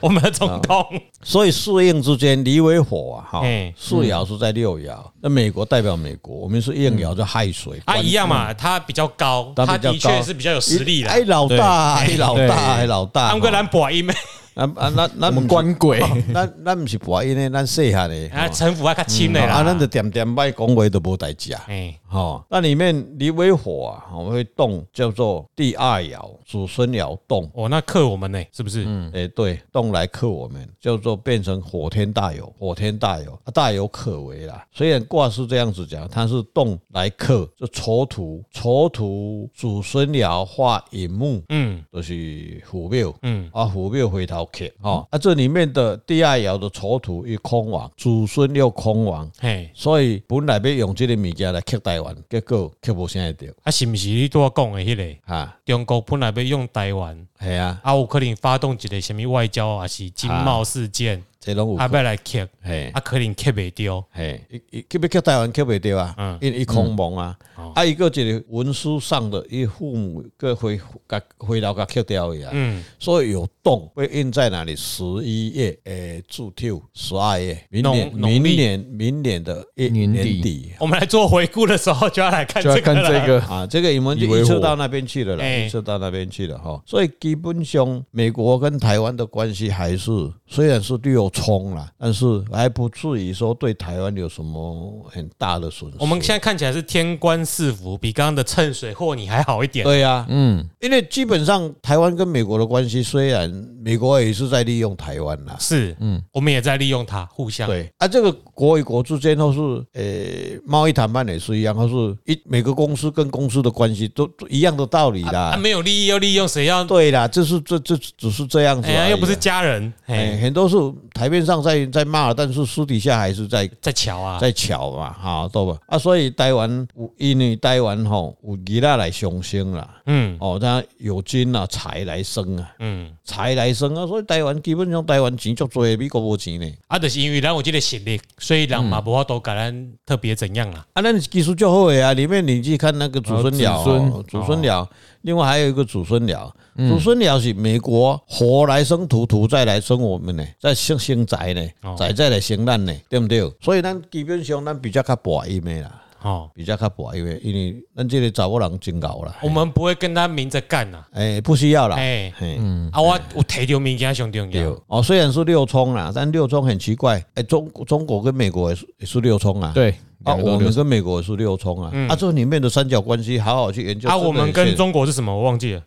B: 我们的总统
C: 所以四应之间离为火啊，哈
B: 哎，
C: 四爻是在六爻，那美国代表美国，我们是硬爻叫亥水，
B: 啊一样嘛，他比较高，
C: 他比
B: 他
C: 较
B: 的确
C: 高
B: 是比较有实力
C: 哎，
B: 的。
C: 老大，哎，老
A: 对
C: 大，哎，老大，
B: 安哥兰博伊妹
C: 啊啊，那那哦
A: 我们官鬼，
C: 咱咱毋是博因诶，咱细汉诶，
B: 啊，城府还较轻的
C: 啊，咱
B: 啦
C: 就。点点歹讲话都无代志啊。
B: 哎，
C: 吼、那里面离为火啊，我们会动叫做第二爻，祖孙爻动，
B: 哦，那克我们呢，是不是？嗯，
C: 诶、对，动来克我们，叫做变成火天大有，火天大有，啊、大有可为啦。虽然卦是这样子讲，它是动来克，就丑土，丑土祖孙爻化寅木，
B: 嗯
C: 就是虎庙，
B: 嗯，
C: 啊，虎庙回头客哦，啊，这里面的第二爻的丑土与空亡，祖孙又空亡，
B: 嘿，
C: 所以本来要用这个物件来克台湾，结果克无啥会着，
B: 啊，是不是你对我讲的迄个？
C: 哈，
B: 中国本来要用台湾，
C: 系啊，
B: 啊，有可能发动一个什么外交啊，还是经贸事件，
C: 这拢有
B: 啊，
C: 可，
B: 要来克，
C: 嘿，
B: 啊，可能克袂掉。
C: 嘿，伊伊克要克台湾克袂着啊
B: 嗯，
C: 因为伊空亡啊
B: 嗯哦，
C: 啊，伊个一个文书上的伊父母个回甲回头甲克掉去啊，
B: 嗯，
C: 所以有动会印在哪里？十一月，诶，注六，十二月，明年，
B: 农农历
C: 明年，明年的一
A: 年底
C: 年底
B: 我们来做回顾的时候就要来 看
A: 就要
B: 这个
A: 看
B: 了。
A: 这个
C: 啊，这个我们就
A: 以为
C: 预测
A: 我
C: 到那边去了啦，
B: 哎
C: 预测到那边去了哈。所以基本上，美国跟台湾的关系还是虽然是六冲啦，但是还不至于说对台湾有什么很大的损失。
B: 我们现在看起来是天官赐福，比刚刚的趁水货你还好一点。
C: 对呀、
A: 嗯，
C: 因为基本上台湾跟美国的关系，虽然美国也是在利用台湾啦，
B: 是，嗯，我们也在利用它，互相。
C: 对啊，这个国与国之间都是呃贸易谈判也是一样，都是一每个公司跟公司的关系都都一样的道理
B: 啊，
C: 啦。
B: 没有利益要利用，谁要？
C: 对啦，这是这这只是这样子
B: 哎呀，
C: 而已
B: 又不是
C: 啦
B: 家人，
C: 哎、
B: 哎，
C: 很多是台面上在在骂，但是私底下还是在
B: 在瞧啊，
C: 在巧嘛，哈，对吧？啊，所以台湾有因为台湾吼有其他来上升啦，
B: 嗯
C: 哦，他有金啊财来生啊，
B: 嗯，
C: 财来生啊，所以台湾基本上台湾钱足多，美国无钱呢。
B: 啊，就是因为咱有这个实力，所以人嘛无法度给咱特别怎样啦。
C: 啊，那技术较好的啊，里面你去看那个祖孙
A: 啊
C: 鸟
A: 子孙
C: 哦，祖孙鸟，另外还有一个祖孙鸟，祖孙鸟是美国火来生土，土再来生我们呢，再生生宅
B: 哦
C: 呢，宅再来生咱呢，对不对？所以咱基本上咱比较较博弈的啦，
B: 哦，
C: 比较较博弈的，因为咱这个查某人真牛啦，
B: 我们不会跟他明着干呐。
C: 哎，不需要啦，
B: 哎，
C: 嘿。
B: 啊，我我提到物件上重
C: 嗯对
B: 要。啊
C: 哦，虽然是六冲啦，但六冲很奇怪，哎，中中国跟美国也是也是六冲啊，
A: 对，
C: 啊，
A: 两个都
C: 我
A: 六嗯
C: 们跟美国也是六冲啊，啊，这里面的三角关系好好去研究
B: 啊，
C: 真的
B: 我们
C: 很
B: 跟
C: 现
B: 中国是什么？我忘记了。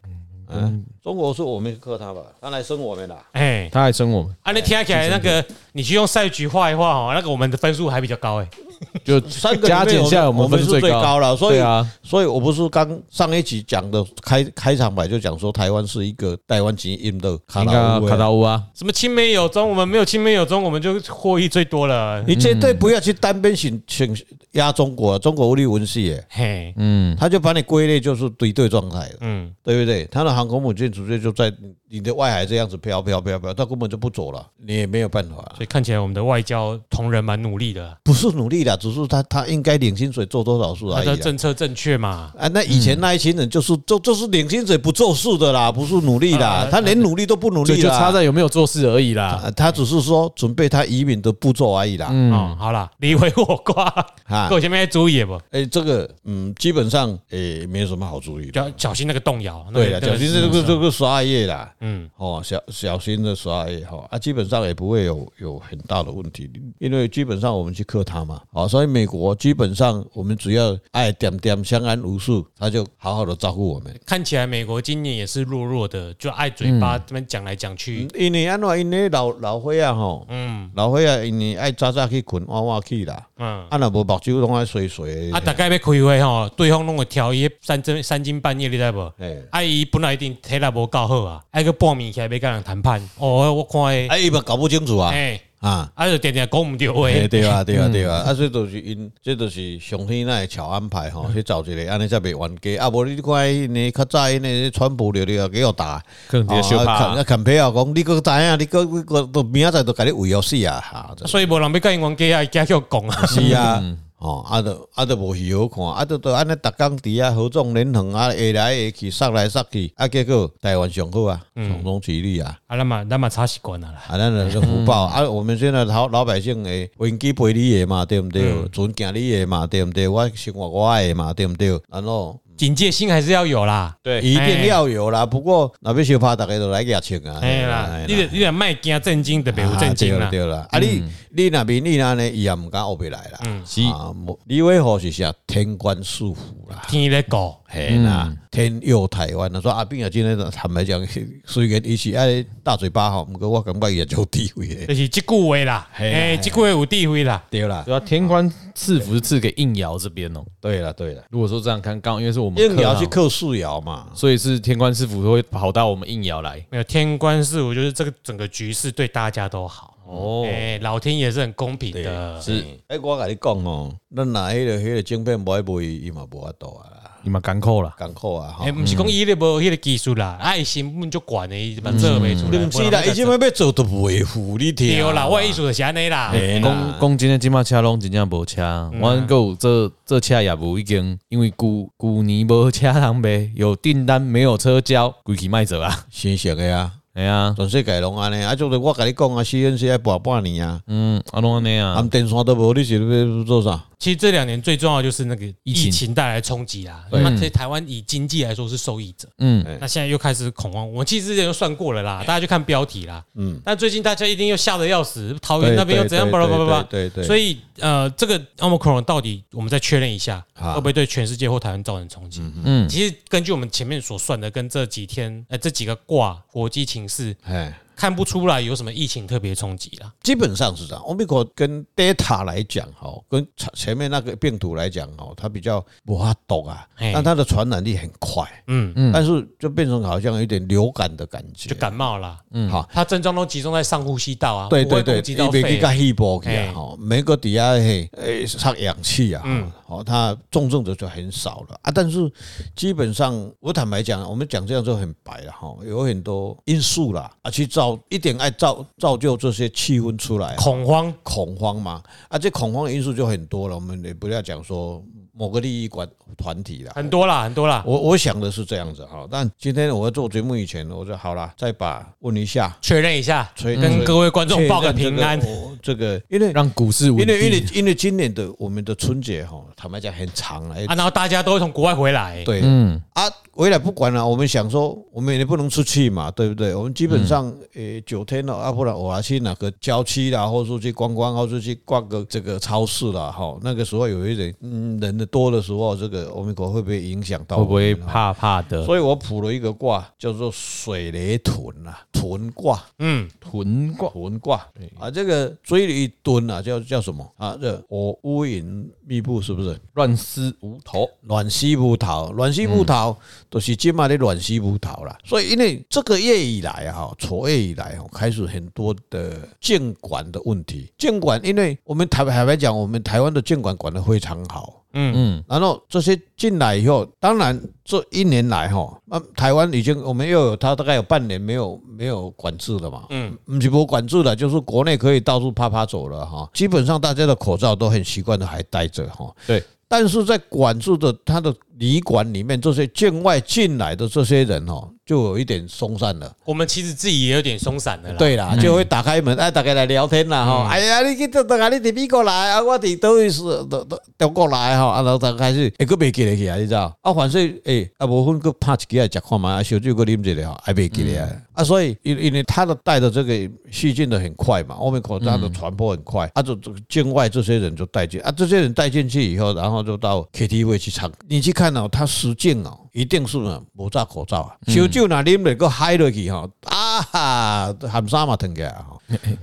C: 嗯，中国是我们克他吧，他来生我 们啦。
B: 哎，
A: 他还生我们，
B: 啊，那听起来那个你去用赛局画一画哦，那个我们的分数还比较高哎。
A: 就
C: 三个里面
A: 加减下来
C: 我们
A: 们分数
C: 我们是最
A: 高
C: 高了所以
A: 对啊，
C: 所以我不是刚上一集讲的开开场白就讲说台湾是一个台湾籍印的卡
A: 应该
C: 拉乌
A: 卡
C: 啊，
A: 达乌啊，
B: 什么青梅有中，我们没有青梅有中，我们就获益最多了。哎
C: 你绝
A: 嗯
C: 对不要去单边选选压中国，中国无力文系耶，
B: 嘿，
A: 嗯，
C: 他就把你归类就是敌对状态了。
B: 嗯，
C: 对不对？他的航空母舰直接就在你的外海这样子飘飘飘飘，他根本就不走了，你也没有办法。啊
B: 所以看起来我们的外交同仁蛮努力的，
C: 不是努力啦，只是他他应该领薪水做多少事
B: 他
C: 而已
B: 的
C: 啦。
B: 政策正确嘛。
C: 啊，那以前那一群人就是就就是领薪水不做事的啦，不是努力啦
B: 啊，
C: 他连努力都不努
A: 就
C: 力
A: 就
C: 啦，
A: 差在有没有做事而已啦。
C: 啊他只是说准备他移民的步骤而已啦。
B: 哦，好啦，你回我挂，
C: 嗯啊，
B: 各位前面注意不？
C: 哎，这个嗯，基本上诶没什么好注意
B: 就
C: 的。
B: 要小心那个动摇。那个
C: 对了，
B: 那个
C: 小心这个这个十二页啦，
B: 嗯，
C: 哦，小小心的十哦二页哈，啊，基本上也不会有有很大的问题，因为基本上我们去克他嘛，啊，所以美国基本上我们只要爱点点相安无事，他就好好的照顾我们。
B: 看起来美国今年也是弱弱的，就爱嘴巴
C: 嗯
B: 这边讲来讲去，
C: 因为安怎因为老老伙仔吼，嗯，老伙仔因为爱早早去困，晚晚去啦，
B: 嗯。
C: 啊若无目睭拢爱水水。
B: 啊，大概要开会吼，对方弄个调伊三更三更半夜，你知无？
C: 哎，
B: 啊，伊本来一定体力无够好啊，啊个半暝起来要甲人谈判，哦，我看诶，
C: 啊伊嘛搞不清楚啊，
B: 哎，
C: 啊，
B: 啊就定定讲毋对话，
C: 嘿对啊，对啊，对啊，啊，所以就是因，这就是上天那巧安排吼，去找一个安尼才袂冤家，啊，无你看因呢较早因呢川普了了给我打。
A: 可能直接修
C: 啊，
A: 怕
C: 肯肯票讲你个知影，你个个都明仔载都甲你围殴死啊！哈，
B: 所以无人要甲因冤家啊，加叫讲啊，
C: 是 啊，哦，啊都啊都无戏好看，啊都都安尼，逐工伫啊合纵连横啊，下来下去，杀来杀去，啊结果台湾上好啊，上中其利啊，
B: 啊，咱嘛咱嘛差习惯啊啦，
C: 啊咱就是福报
B: 嗯
C: 啊，我们现在老老百姓诶，飞机陪你诶嘛，对毋对？
B: 嗯
C: 船行你诶嘛，对毋对？我生活我诶嘛，对毋对？然后。
B: 警戒心还是要有啦。
A: 对，
C: 一定要有啦，不过若要相拍，逐个都来牙穿啊！
B: 哎啦，你得你得卖惊震惊特别有震惊
C: 啊
B: 啦嗯
C: 对，啦，对啦啊你你那边你那呢，伊也毋敢后壁来啦。
A: 是
C: 啊，无李伟豪是啥天官赐福啦，
B: 天咧搞。
C: 嘿啦，天佑台湾啦。所以阿扁啊，今天坦白讲，虽然伊是爱大嘴巴吼，毋过我感觉伊也做地位的。
B: 就是即句话啦，
C: 啦嘿
B: 哎，
C: 啦
B: 即句话有地位啦，
C: 对啦，
A: 对啊，天官赐福是赐给应爻这边哦。
C: 对啦，对啦，
A: 如果说这样看，刚好因为是我们
C: 应
A: 客
C: 爻
A: 嘛
C: 是靠四爻嘛，
A: 所以是天官赐福会跑到我们应爻来。
B: 没有天官赐福，就是这个整个局势对大家都好。
A: 哦，
B: 哎，老天也是很公平的，
A: 是
C: 哎，我甲你讲哦，咱若迄个迄个晶片无爱卖，伊嘛无法度啊，
A: 你们干扣啦，
C: 艰苦啊！吼
B: 哎，。毋是讲伊咧无迄个技术啦，爱心本就管的，伊嘛做袂出
C: 你
B: 来。
C: 毋是啦，伊即摆要做都袂付你听。
B: 对啦，我的意思就是安尼啦，
C: 哦嘿啦
A: 公公今天今麦车拢真正无车，我还有这这车业务已经因为旧旧年无车通卖，有订单没有车交，规气卖走啊！
C: 新鲜的啊。
A: 哎呀，
C: 全世界拢安尼，啊，就是我甲你讲啊，CNC 要博半年啊，
A: 嗯，啊拢安尼
C: 啊
A: 啊，，
C: 电线都无，你是要做啥？
B: 其实这两年最重要的就是那个
A: 疫情
B: 疫情带来的冲击啦。那在台湾以经济来说是受益者，
A: 嗯，
B: 那现在又开始恐慌。我其实之前就算过了啦，大家就看标题啦。
C: 嗯
B: 嗯，但最近大家一定又吓得要死，桃园那边又怎样，巴拉巴拉巴拉。
C: 对对，
B: 所
C: 以
B: 以呃，这个 Omicron 到底我们再确认一下，
C: 啊
B: 会不会对全世界或台湾造成冲击？
A: 嗯
B: 嗯，其实根据我们前面所算的，跟这几天呃这几个卦国际情势，
C: 哎，
B: 看不出来有什么疫情特别冲击啦。
C: 基本上是这样。Omicron 跟 Delta 来讲哈，跟前面那个病毒来讲哈，它比较无法懂啊，
B: 嘿
C: 但它的传染力很快，
B: 嗯，
C: 但是就变成好像有点流感的感觉
B: 就。感冒啦，
C: 嗯，好，
B: 它症状都集中在上呼吸道啊，
C: 对
B: 不会
C: 对对
B: 攻，击到
C: 袂去
B: 肺哎
C: 甲。稀薄去啊，
B: 嘿
C: 吼，美国底下嘿，诶，插氧气啊，
B: 嗯
C: 哦，它重症者就很少了啊。但是基本上，我坦白讲，我们讲这样就很白了哈，有很多因素啦，啊，去造一点爱造造就这些气氛出来，
B: 恐慌，
C: 恐慌嘛，啊，这恐慌的因素就很多了，我们也不要讲说某个利益管团体啦，
B: 很多啦，很多啦，
C: 我我想的是这样子哈，但今天我要做节目以前，我说好啦，再把问一下，
B: 确认一下，
C: 崔
B: 跟各位观众报个平安。
C: 这个，因为
A: 让股市稳
C: 因为因
A: 定
C: 为。因为今年的我们的春节哈，坦白讲很长了，哎
B: 啊，然后大家都会从国外回来，
C: 对
A: 嗯，
C: 啊，回来不管了，我们想说我们也不能出去嘛，对不对？我们基
B: 嗯
C: 本上呃九天了，啊，不然我要去哪个郊区啦，或者说去观光，或者说去逛个这个超市啦，哈，那个时候有一点嗯人的多的时候，这个欧米伽会不会影响到？啊
A: 会不会？怕怕的？
C: 所以我卜了一个卦，叫做水雷屯啊，屯卦。
B: 嗯，
A: 囤挂
C: 屯卦啊，这个追了一吨啊，叫叫什么啊？这我乌云密布是不是？
A: 乱丝无头，
C: 卵丝葡萄，卵丝葡萄都是今嘛的卵丝葡萄啦。所以因为这个月以来啊哈，从月以来哈，开始很多的监管的问题。监管，因为我们台海白讲，我们台湾的监管管得非常好。
A: 嗯，
C: 然后这些进来以后，当然这一年来哈，那台湾已经我们又有它大概有半年没有没有管制了嘛，嗯，不是不管制了，就是国内可以到处啪啪走了哈，基本上大家的口罩都很习惯的还戴着哈，
A: 对，
C: 但是在管制的它的旅馆里面这些境外进来的这些人哦，就有一点松散了。
B: 我们其实自己也有点松散的啦。，
C: 对啦，就会打开门，哎，大家来聊天啦哈。哎呀，你去到大家你伫美国来啊，我伫倒位是都都中国来吼，啊，然后就开始，哎，佫袂记得去啊，你知道？啊，反正哎，啊，无分佫拍一支来食看嘛，啊，烧酒佫啉一下吼，还袂记得啊。啊，所以因因为他的带的这个细菌的很快嘛，欧美口罩的传播很快，啊，就就境外这些人就带进啊，这些人带进去以后，然后就到 KTV 去唱。你去看哦，他实践哦，一定是呢无罩口罩啊，烧酒若啉了个嗨落去吼，啊哈，含沙嘛腾起来啊。吼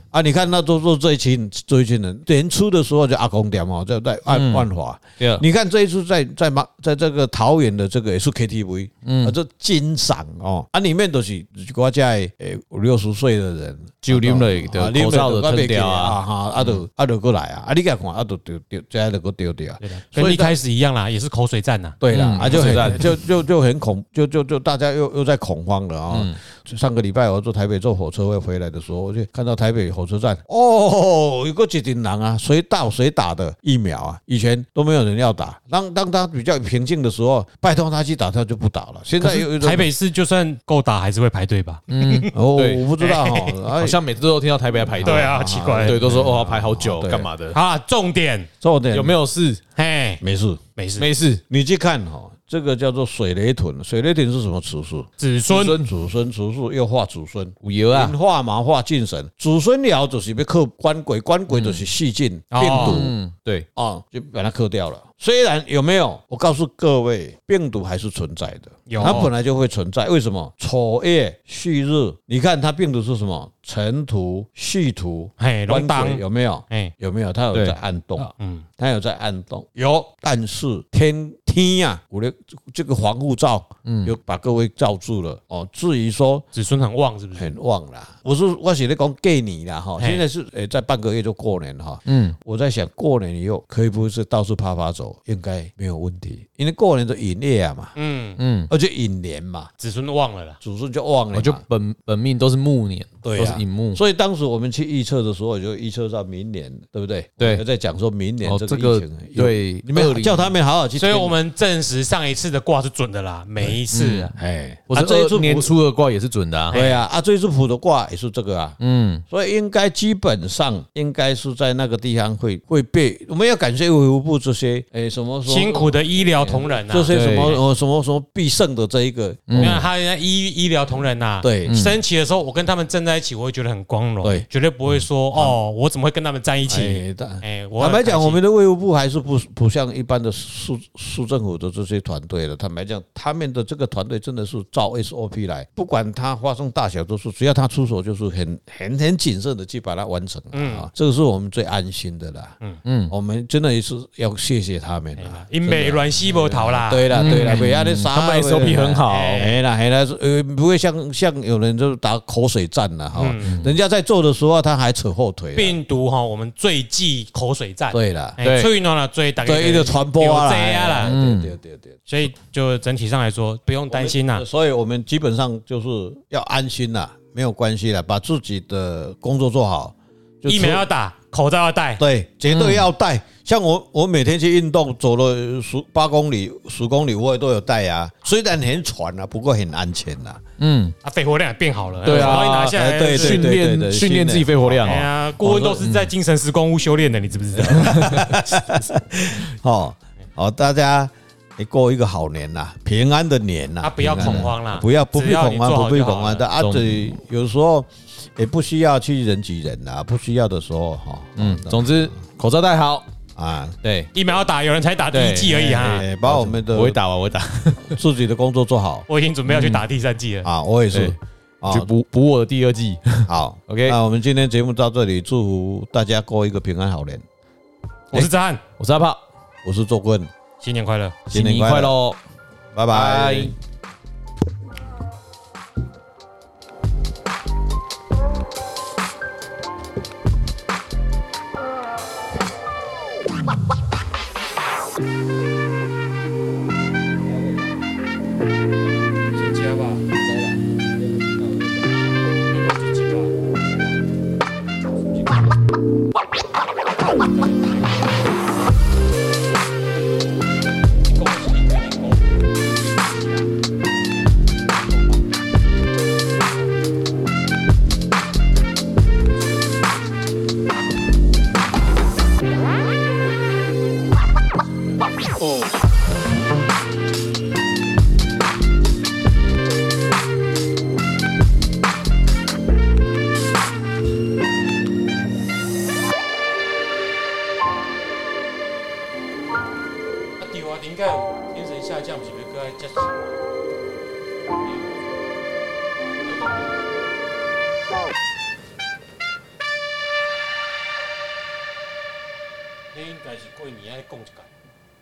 C: 啊，你看那都都这一群这一群人，年初的时候就阿公店哦，就在万万华。
A: 对啊，
C: 你看这一次在在马在这个桃园的这个也是 KTV，啊，
A: 嗯
C: 这金赏哦，啊里面都是我家诶五六十岁的人，
A: 酒啉了就
C: 啊啉
A: 口罩就
C: 我袂
A: 吞
C: 记
A: 掉啊
C: 啊，哈，啊都啊都过来啊，啊你甲看啊都丢丢，这都个丢掉，啊
B: 对的，
C: 所以
B: 跟一
C: 他
B: 开始一样啦，也是口水战呐。
C: 对啦，
A: 嗯
C: 啊就
A: 口水战
C: 很就就就很恐，就就就大家又又在恐慌了啊、
A: 嗯
C: 上个礼拜我坐台北坐火车会回来的时候，我就看到台北火车站，哦，有个几顶狼啊，谁到谁打的疫苗啊，以前都没有人要打。当当他比较平静的时候，拜托他去打，他就不打了。现
B: 可
C: 在有
B: 是
C: 一种
B: 台北市就算够打，还是会排队吧？
C: 哦，
A: 对
C: 我不知道哈、哎
A: 好 像每次都听到台北在排队，
B: 对啊，奇怪。
A: 对，都说哦要排好久
C: 对
A: 干嘛的，
B: 好啦，重点，
C: 重点
A: 有没有事？
B: 嘿，
C: 没事？
B: 没事，
A: 没事，
C: 你去看哈、这个叫做水雷屯，水雷屯是什么植树？
B: 子
C: 子
B: 孙
C: 孙祖孙祖孙又化祖孙。
A: 五油啊
C: 文，化嘛，化精神，祖孙爻就是要克官鬼，官鬼就是细菌、
B: 嗯
C: 病
B: 哦
C: 毒
A: 嗯，对，
C: 啊、就把它克掉了。虽然有没有，我告诉各位，病毒还是存在的，
B: 有
C: 它本来就会存在。为什么？丑月戌日，你看它病毒是什么？辰土、戌土、
B: 嘿，
C: 官
B: 龙当
C: 鬼，有没有？
B: 哎，
C: 有没有？它有
A: 对
C: 在暗动，
B: 嗯，
C: 它有在暗动，有。但是天天呀、我的这个防护罩，嗯，有把各位罩住了哦。至于说
B: 子孙很旺，是不是？
C: 很旺啦。我是我写的讲给你啦哈，
B: 嘿
C: 现在是诶，在半个月就过年哈。
A: 嗯，
C: 我在想过年以后可以不是到处啪啪走，应该没有问题，因为过年的引业啊嘛，
B: 嗯，
C: 而且引年嘛，子
B: 子孙旺了啦。
C: 孙就旺了
A: 哦我就嗯
C: 嘛。
A: 本本命都是木年，
C: 对啊
A: 都是寅木，
C: 所以当时我们去预测的时候，就预测到明年，对不对？
A: 对
C: 我在讲说明年
A: 哦，
C: 这
A: 这
C: 个疫
A: 个
C: 情，有，
A: 对，
C: 你们叫他们好好去听。
B: 所以我们证实上一次的卦是准的啦，没事啊。
C: 哎，
A: 我
C: 啊
A: 是
C: 这一次
A: 二年
C: 普
A: 初二卦也是准的啊，
C: 对啊，啊，这一次普的卦也是这个啊，
A: 嗯，
C: 所以应该基本上应该是在那个地方会会被，我们要感谢卫福部这些诶、什么什么
B: 辛苦的医疗同仁啊，
C: 这些什么
A: 对嗯
C: 呃什么什么必胜的这一个，
B: 你看他人家医医疗同仁呐，
C: 嗯对
B: 升旗的时候，我跟他们站在一起，我会觉得很光荣，
C: 对嗯
B: 绝对不会说哦，我怎么会跟他们在一起？
C: 哎但
B: 哎，我
C: 坦白
B: 很开
C: 讲，
B: 心
C: 我们的卫福部还是不不像一般的市市政府的这些团队了。坦白讲，他们的这个团队真的是照 SOP 来，不管它发生大小，都是只要他出手，就是很很很谨慎的去把它完成啊。这个是我们最安心的啦。嗯嗯，我们真的也是要谢谢他们啦。
B: 啊因美软西伯逃啦，
C: 啊对啊啦对啦，不要那啥，
A: 他们 SOP 很好，
C: 哎啦，哎啦，呃，不会像像有人就打口水战了哈，人家在做的时候他还扯后腿啦，
B: 病毒哈，我们最忌口水战，
C: 对啦，
B: 哎，
A: 对
B: 吹暖了最大概
C: 对，一个传播啊
B: 有这样
C: 啦，
B: 啦，嗯
C: 对对对对。
B: 所以就整体上来说，不用担心啊啦。
C: 所以我们基本上就是要安心啦，没有关系啦，把自己的工作做好。就
B: 疫苗要
C: 出
B: 打，口罩要嗯戴，
C: 对，绝对要带。像我，我每天去运动，走了十八公里、十公里，我也都有带啊。虽然很喘啊，不过很安全 啦。
A: 嗯，
B: 啊，肺活量也变好了，
A: 对啊
B: 然后一拿下来，
C: 哎对对
A: 训练训练自己肺活量
B: 哎
A: 哦，
B: 呀，郭文都是在精神时光屋修炼的，你知不知 道？
C: 哦，好，大家也过一个好年啦，平安的年 啦。
B: 啊，不要
C: 平安
B: 恐
C: 的
B: 慌啦，
C: 不要不
B: 只
C: 必
B: 要
C: 恐
B: 你
C: 慌，
B: 做好
C: 不必
B: 就好
C: 恐慌
B: 了
C: 的啊，
A: 懂
C: 这有时候也不需要去人挤人啊，不需要的时候哈，
A: 嗯，总之口罩戴好，
C: 啊，
A: 对，
B: 疫苗要打，有人才打第一剂而已啊哈。
C: 哎把我们的
A: 我会打完，我会打，
C: 自己的工作做好
B: 我已经准备要去打第三剂了。
C: 啊，我也是
A: 对
C: 啊
A: 就，补补我的第二季，
C: 好
A: OK
C: 那我们今天节目到这里，祝福大家过一个平安好年。
B: 我
C: 哎
B: 是张翰，
A: 我是阿炮，
C: 我是周棍，
B: 新年快乐。
A: 新年快乐哦，
C: 拜拜
A: 拜。。
B: 先接吧，恭喜你！对啊，灵盖有天神下降，是不是搁爱加那应该是过年爱讲一讲。